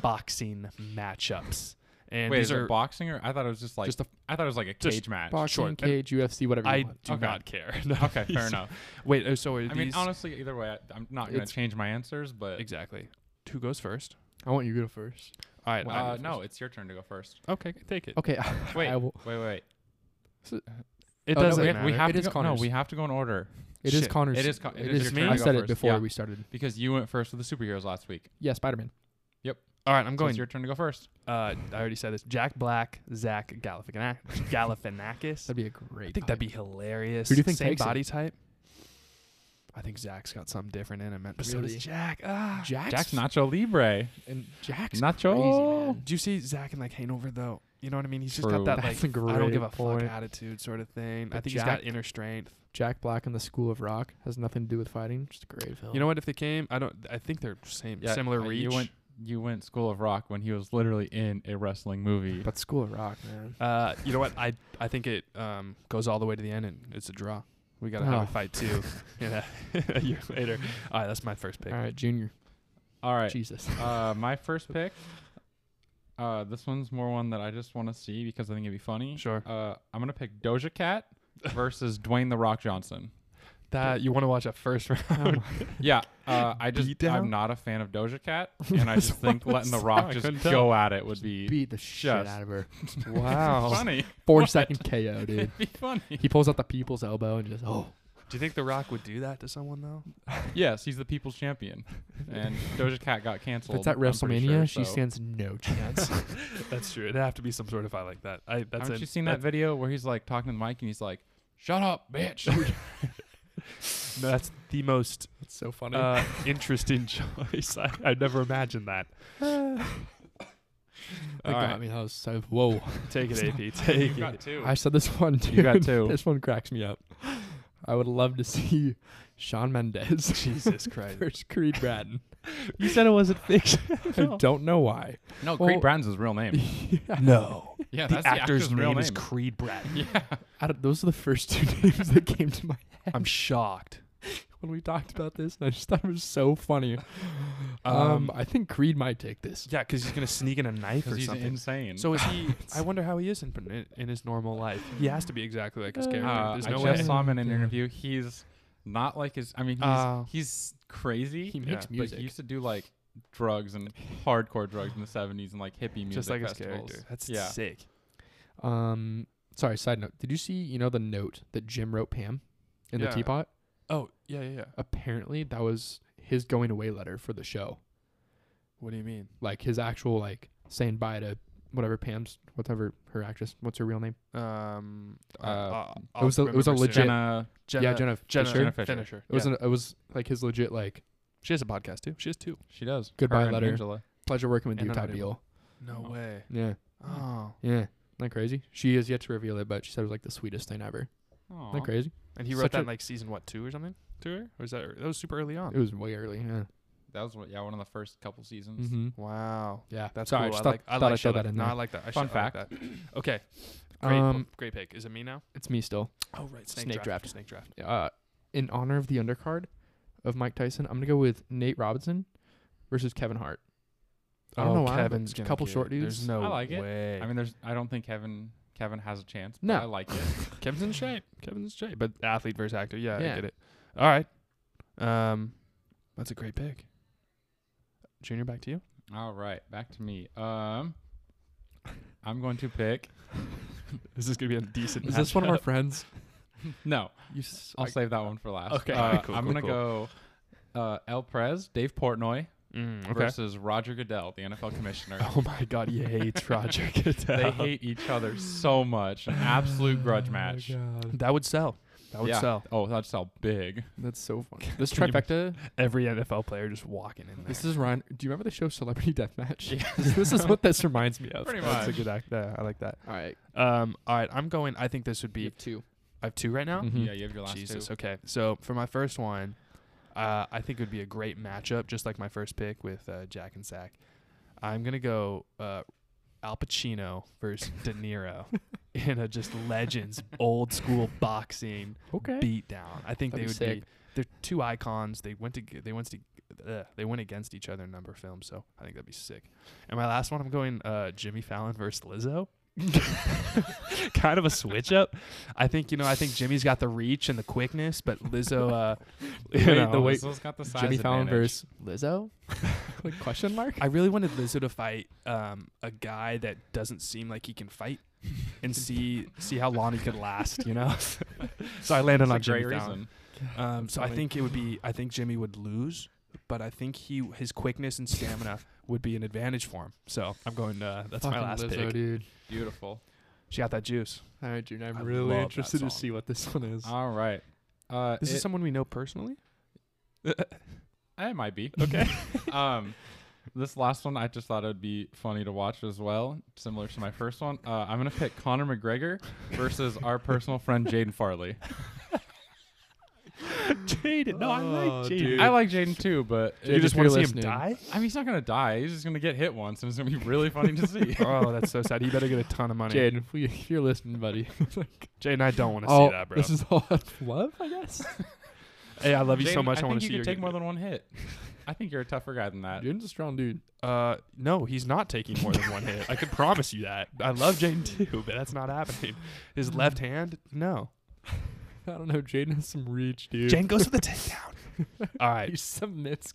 A: boxing matchups. And
C: Wait,
A: these
C: is
A: are
C: it boxing or I thought it was just like
B: Just a
C: I thought it was like a
A: Just
C: cage match.
B: boxing
A: short.
B: cage UFC whatever you
A: I
B: want.
A: do
C: Okay.
A: not care. No,
C: Okay,
A: these-
C: fair enough.
A: Wait, uh, so are
C: I
A: these
C: mean, honestly, either way, I, I'm not gonna
B: It's-
C: change my answers, but
A: exactly? Who goes first?
B: I want you to go first.
A: All right.
C: uh,
A: I'll go
C: no,
A: first.
C: it's your turn to go first.
A: Okay, take it.
B: Okay.
C: Wait,
B: I
C: wait,
B: will,
C: wait, wait.
A: It
B: Oh, no,
A: doesn't
C: we,
A: matter.
C: we have
B: It
C: to
B: is
C: go, Oh, no,
B: Connor's.
C: we have to go in order.
B: It is
A: Shit.
B: Connor's.
C: It is Con- it
B: It
C: is
A: your
B: is.
A: turn.
B: I
A: You go
B: said it
C: first.
B: before
C: Yeah.
B: we started.
C: because you went first with the superheroes last week.
B: Yeah, Spider-Man.
A: All right, I'm
C: So
A: going.
C: it's your turn to go first.
A: uh, I already said this. Jack Black, Zach Galifianak- Galifianakis.
B: That'd be a
A: I
B: great.
A: think that'd be hilarious.
B: Who do you think
A: Same
B: takes it?
A: body type. I think Zach's got something different in him. man. But so does
B: Really?
A: Jack. Ah.
B: Jack's,
C: Jack's Nacho Libre.
B: and Jack's
C: Nacho.
B: Crazy, man.
A: Do you see Zach and like Hanover though? You know what I mean? He's just
C: True.
A: got that
B: That's
A: like
B: a
A: I don't give
B: great
A: a
B: point.
A: fuck attitude sort of thing. I
B: But
A: think he's
B: Jack-
A: got inner strength.
B: Jack Black and the School of Rock has nothing to do with fighting. Just a great film.
A: You know what? If they came, I don't. I think they're same
C: Yeah,
A: similar
C: uh,
A: reach.
C: You went, you went School of Rock when he was literally in a wrestling movie.
B: But School of Rock, man.
A: Uh, you know what? I I think it um goes all the way to the end and it's a draw. We gotta have
B: Oh.
A: a fight too. yeah, a year later. All right, that's my first pick.
B: All right, Junior.
C: All right.
B: Jesus.
C: Uh, my first pick. Uh, this one's more one that I just want to see because I think it'd be funny.
A: Sure.
C: Uh, I'm gonna pick Doja Cat versus Dwayne the Rock Johnson.
A: That you want to watch that first round?
C: Yeah. Uh, I just
B: Beat down?
C: I'm not a fan of Doja Cat, and I just
B: That's
C: think
B: what
C: letting the
B: I
C: Rock
A: couldn't
C: just
A: tell.
C: go at it would be
B: Beat the shit
C: Just-
B: out of her.
C: funny.
B: Four
C: What?
B: second KO, dude.
C: It'd be funny.
B: He pulls out the people's elbow and just oh.
A: Do you think The Rock would do that to someone though?
C: Yes, he's the people's champion, and Doja Cat got
B: If
C: canceled.
B: it's at
C: I'm pretty
B: WrestleMania,
C: sure,
B: she
C: so.
B: stands no chance.
A: that's true. It'd have to be some sort of fight like that. I that's
C: Haven't
A: it.
C: you seen that video where he's like talking to the mic and he's like, "Shut up, bitch."
A: That's, no, that's the most
B: That's so funny.
A: uh, interesting choice. I, I never imagined that.
B: That
C: All
B: got
C: right.
B: me. That was so whoa.
A: Take it, AP. Take
C: You've got
A: it.
C: two.
B: I said this one too.
C: You got two.
B: this one cracks me up. I would love to see Sean Mendez
A: Jesus Christ!
B: versus Creed Bratton.
A: You said it wasn't fiction.
B: I don't know why.
C: no, Creed
B: well-
C: Bratton's his real name.
A: No,
C: yeah,
A: the actor's,
C: that's the actor's real
A: name
C: name.
A: is Creed Bratton.
C: yeah.
B: I don't- those are the first two names that came to my head
A: I'm shocked.
B: when we talked about this, and I just thought it was so funny. Um,
A: Um,
B: I think Creed might take this.
A: Yeah, because he's gonna sneak in a knife
C: Because
A: or
C: he's
A: something.
C: insane.
A: so is he? I wonder how he is in, in his normal life. He has to be exactly like his character.
C: Uh,
A: There's
C: I
A: no
C: just
A: way.
C: saw him in an
B: Yeah.
C: interview. He's not like his. I mean, he's
A: Uh,
C: he's crazy.
B: He
A: Yeah,
B: makes
A: but
C: but
B: music.
C: he used to do like drugs and hardcore drugs in the '70s and like hippie music
A: just like his
C: festivals.
A: character. That's
C: Yeah.
A: sick.
B: Um, sorry, side note. Did you see, you know, the note that Jim wrote Pam in
A: Yeah.
B: the teapot?
A: Oh yeah, yeah, yeah.
B: Apparently, that was his going away letter for the show.
A: What do you mean?
B: Like his actual, like saying bye to whatever Pam's, whatever her actress, what's her real name?
A: Um,
C: Uh,
A: I'll
B: was a- it was a
A: remember soon.
B: legit-
C: Jenna,
A: Jenna,
B: yeah, Jenna,
A: Jenna,
B: Fisher.
C: Jenna
B: It
C: Fisher.
A: Finisher.
B: was
A: yeah.
B: an, it was like his legit like
A: she has a podcast too. She has two.
C: she does.
B: Goodbye
C: Her and
B: letter.
C: Angela.
B: pleasure working with
A: And
B: you type
A: anonymous.
B: deal.
A: No
C: Oh.
A: way.
B: Yeah,
A: Oh,
B: yeah. Isn't that crazy? She has yet to reveal it, but she said it was like the sweetest thing ever.
C: Aw.
B: Isn't that crazy?
A: and he wrote
B: Such
A: that
B: a-
A: in like season what two or something? Two or was that that was super early on?
B: It was way early. Yeah.
C: That was what, yeah one of the first couple seasons.
B: Mm-hmm.
A: Wow,
B: Yeah.
A: that's cool.
B: sorry. I just
A: I
B: thought,
A: like I
B: thought
A: like
B: I
A: shit
B: showed
A: like-
B: that in
A: No,
B: there.
A: I like that. I
C: Fun
A: shit like that. Okay, great,
B: Um,
A: great pick. Is it me now?
B: It's me still.
A: Oh right, snake,
B: Snake
A: draft,
B: draft.
A: Snake draft.
B: uh, in honor of the undercard of Mike Tyson, I'm gonna go with Nate Robinson versus Kevin Hart. I don't know why, but
A: Oh, Kevin's
B: a
A: gonna
B: couple
A: get it.
B: short
A: There's
B: dudes.
A: no
C: I like it.
A: way.
C: I mean, there's. I don't think Kevin Kevin has a chance. But
B: No.
C: I like it.
A: Kevin's in shape. Kevin's in shape. But athlete versus actor. Yeah, I
B: Yeah.
A: get it. All right. Um, that's a great pick. Junior, back to you.
C: All right, back to me. Um, I'm going to pick.
A: This is gonna be a decent.
B: Is this one of our
A: matchup.
B: friends?
C: No,
B: You s-
C: I'll
B: I-
C: save that one for last.
A: Okay,
C: Uh,
A: cool,
C: I'm
A: cool,
C: gonna go. Uh, El Prez, Dave Portnoy
A: Mm, okay.
C: versus Roger Goodell, the NFL commissioner.
A: Oh my God, he hates Roger Goodell.
C: they hate each other so much. An absolute grudge
B: Oh my
C: match.
B: God.
A: That would sell. That would
C: Yeah.
A: sell.
C: Oh, that'd sell big.
B: That's so funny. This
A: Can you
B: trifecta.
A: Every NFL player just walking in there.
B: This is Ryan. Do you remember the show Celebrity Deathmatch?
C: Yeah.
B: this, this is what this reminds me of.
C: Pretty
A: That's a
C: much.
A: good act. Yeah, I like that.
B: All right.
A: Um, all right, I'm going. I think this would
B: You
A: be.
B: have two.
A: I have two right now.
B: Mhm.
C: Yeah, you have your Mm, last
A: Mm-hmm. Jesus.
C: two.
A: Okay. So for my first one, uh, I think it would be a great matchup, just like my first pick with uh, Jack and Sack. I'm gonna go uh, Al Pacino versus De Niro in a just legends old school boxing
B: Okay.
A: beatdown. I think
B: That'd
A: they
B: be
A: would
B: sick.
A: be. They're two icons. They went to g- they went to uh, they went against each other in a number of films. So I think that'd be sick. And my last one, I'm going uh, Jimmy Fallon versus Lizzo. kind of a switch up. I think you know. I think Jimmy's got the reach and the quickness, but Lizzo, uh, you
B: Wait,
A: know,
B: the wait-
C: Lizzo's got the size
B: Jimmy Fallon
C: advantage.
B: versus Lizzo? like question mark?
A: I really wanted Lizzo to fight um, a guy that doesn't seem like he can fight, and see see how long he could last. You know. so I landed on
C: That's a
A: Jimmy
C: great
A: Fallon.
C: reason.
A: Um, so I
B: funny.
A: think it would be. I think Jimmy would lose, but I think he his quickness and stamina would be an advantage for him. So I'm going. Uh, that's my
B: Fucking
A: last
B: Lizzo,
A: pick.
B: dude.
C: Beautiful.
A: She got that juice.
B: All right, June. I'm
A: I love
B: really
A: that
B: interested
A: song.
B: to see what this one is.
C: All right. Uh,
A: This is
C: it-
A: someone we know personally.
C: It might be. Okay. um, this last one, I just thought it would be funny to watch as well, similar to my first one. Uh, I'm going to pick Conor McGregor versus our personal friend Jaden Farley.
A: Jaden, no, I
B: Oh,
A: like Jaden.
B: dude.
C: I like Jaden too, but
A: You
B: Dude,
A: just
B: if
A: want to see
B: you're
A: him
B: listening.
A: die?
C: I mean, he's not going to die. He's just going to get hit once, and it's going to be really funny to see.
A: oh, that's so sad. He better get a ton of money. Jaden,
B: Jaden, if, we- if you're listening, buddy.
A: I don't want to
B: all-
A: see that, bro.
B: Oh, This is all out of love, I guess.
A: hey, I love you so
C: Jaden,
A: much. I,
C: I,
A: want
C: think
A: to
C: you
A: see
C: could
A: you
C: take more than one hit. I think you're a tougher guy than that.
B: Jaden's a strong dude.
A: Uh, no, he's not taking more than one hit. I could promise you that. I love Jaden too, but that's not happening. His left hand, no.
B: I don't know. Jaden has some reach, dude.
A: Jaden goes for the takedown. All
B: he
A: right,
B: submits.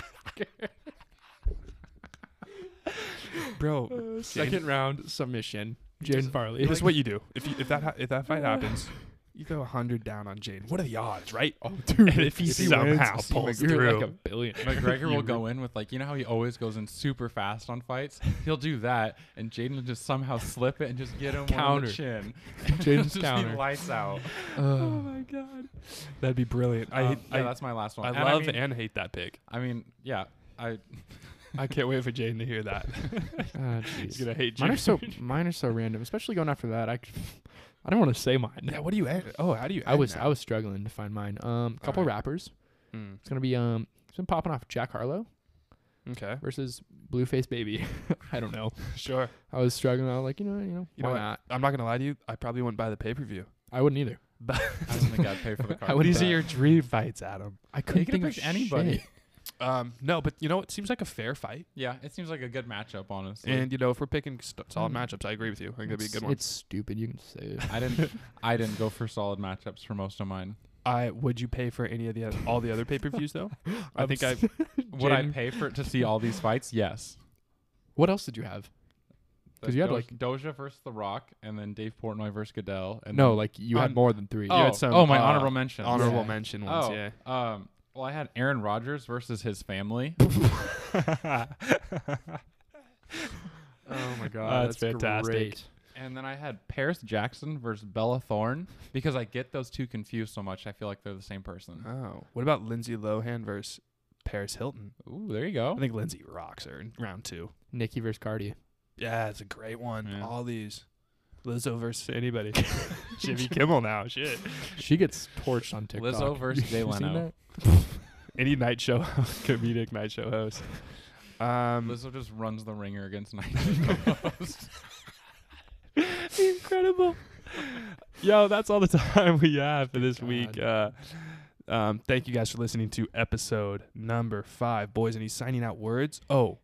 A: bro.
B: Second round submission. Jaden Farley.
A: This is what you do. If you, if that ha- if that fight happens, you throw hundred down on Jaden. What are the odds, right?
B: Oh, dude.
A: And if he
B: wins,
A: somehow
B: it's
A: pulls
B: like you're
A: through.
B: like a billion.
C: McGregor will go in with like you know how he always goes in super fast on fights. He'll do that, and Jaden will just somehow slip it and just get him one on
B: Counter.
C: the chin.
B: Jaden's
C: just
B: counter.
C: He lights out.
A: Oh my god, that'd be brilliant. I
C: Um, yeah,
A: I,
C: that's my last one.
A: I
C: And
A: love
C: I mean,
A: and hate that pick.
C: I mean, yeah, I
A: I can't wait for Jaden to hear that.
B: Ah,
A: He's
B: jeez.
A: gonna hate
B: mine are
A: Jaden.
B: so mine are so random, especially going after that. I, c- I don't want to say mine.
A: Yeah, what do you end? Oh, how do you?
B: I
A: end
B: was
A: that?
B: I was struggling to find mine. Um, a couple
A: Alright.
B: rappers.
A: Hmm,
B: It's gonna be um, it's been popping off Jack Harlow
A: okay,
B: versus Blueface Baby. I don't know.
A: sure.
B: I was struggling. I was like, you know, you know,
A: You know
B: why
A: what?
B: not?
A: I'm not gonna lie to you. I probably wouldn't buy the pay per view.
B: I wouldn't either.
C: I don't think I'd pay for the car.
B: I would
A: These
B: bet.
A: are your dream fights, Adam.
B: I couldn't
C: could've
B: think of
C: picked anybody.
B: shit.
A: Um, no, but you know it seems like a fair fight,
C: Yeah, it seems like a good matchup, honestly.
A: and you know if we're picking st- solid
B: Mm.
A: matchups, I agree with you. I think that'd be a
B: It's-
A: good one.
B: It's stupid. You can say it.
C: I didn't. I didn't go for solid matchups for most of mine.
A: I would you pay for any of the oth- all the other pay per views though? I
B: I'm
A: think I
B: s-
C: Would I
B: Jaden-
C: pay for it to see all these fights? Yes.
B: What else did you have? 'Cause you had,
C: Doja-
B: like-
C: Doja versus The Rock, and then Dave Portnoy versus Goodell. And
B: no,
C: then-
B: like you had
C: Um,
B: more than three.
C: oh,
A: had some,
C: oh, my
A: uh,
C: honorable mention.
A: honorable
B: Yeah.
A: mention ones.
C: Oh,
A: Yeah,
C: um, well, I had Aaron Rodgers versus his family.
B: oh my
A: God, that's fantastic.
C: And then I had Paris Jackson versus Bella Thorne because I get those two confused so much. I feel like they're the same person.
A: Oh, what about Lindsay Lohan versus Paris Hilton?
C: Ooh, there you
A: I
C: go.
A: think Lindsay rocks her in round two.
B: Nikki versus Cardi.
A: Yeah, it's a great one.
C: Yeah.
A: All these. Lizzo versus anybody. Jimmy Kimmel now. Shit.
B: She gets torched on TikTok.
C: Lizzo versus Jay
B: You seen
C: Leno.
B: that?
A: Any night show, comedic night show host. Um,
C: Lizzo just runs the ringer against Nike.
A: incredible. Yo, that's all the time we have for this week. Uh, um, thank you guys for listening to episode number five. Boys, and he's signing out words. Oh,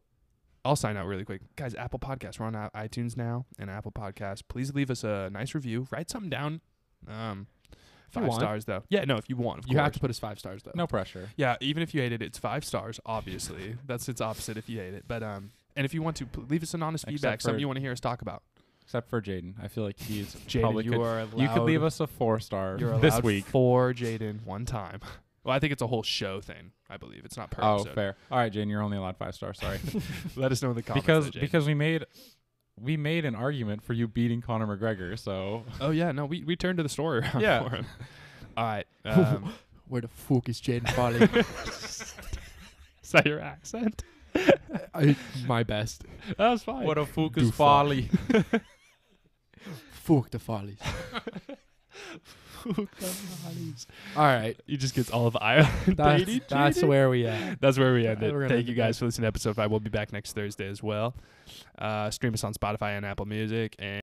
A: I'll sign out really quick. Guys, Apple Podcasts. We're on i- iTunes now and Apple Podcasts. Please leave us a nice review. Write something down. Um,
B: you
A: five
B: want.
A: stars, though. Yeah, no, if you want. Of
B: You
A: course.
B: have to put us five stars though.
C: no pressure.
A: Yeah, even if you hate it, it's five stars. Obviously, that's its opposite if you hate it. But um, and if you want to, pl- leave us an honest
C: Except
A: feedback. Something
C: for-
A: you want to hear us talk about.
C: Except for Jaden. I feel like he's
A: Jaden,
C: probably
A: you
C: could,
A: are allowed.
C: you could leave us a four star
A: You're allowed
C: this week.
A: for Jaden one time. Well, I think it's a whole show thing. I believe it's not per
C: Oh,
A: episode.
C: fair. All right, Jaden, you're only allowed five stars. Sorry.
A: Let us know in the comments.
C: because
A: though, Jaden.
C: because we made we made an argument for you beating Conor McGregor. So
A: oh yeah, no, we we turned to the story around
C: Yeah.
A: for him. All right, um,
B: Where the fuck is Jaden Farley?
A: is that your accent?
B: I, my best.
A: That was fine.
C: a fook
A: is folly.
B: Fuck the Farleys.
A: All right, he just gets all of Ireland
B: That's,
A: dating.
B: that's
A: Jaden.
B: where we at.
A: That's where we end
B: We're
A: it.
B: gonna
A: Thank
B: end
A: you
B: it
A: guys for listening to episode five. We'll be back next Thursday as well. Uh, stream us on Spotify and Apple Music and.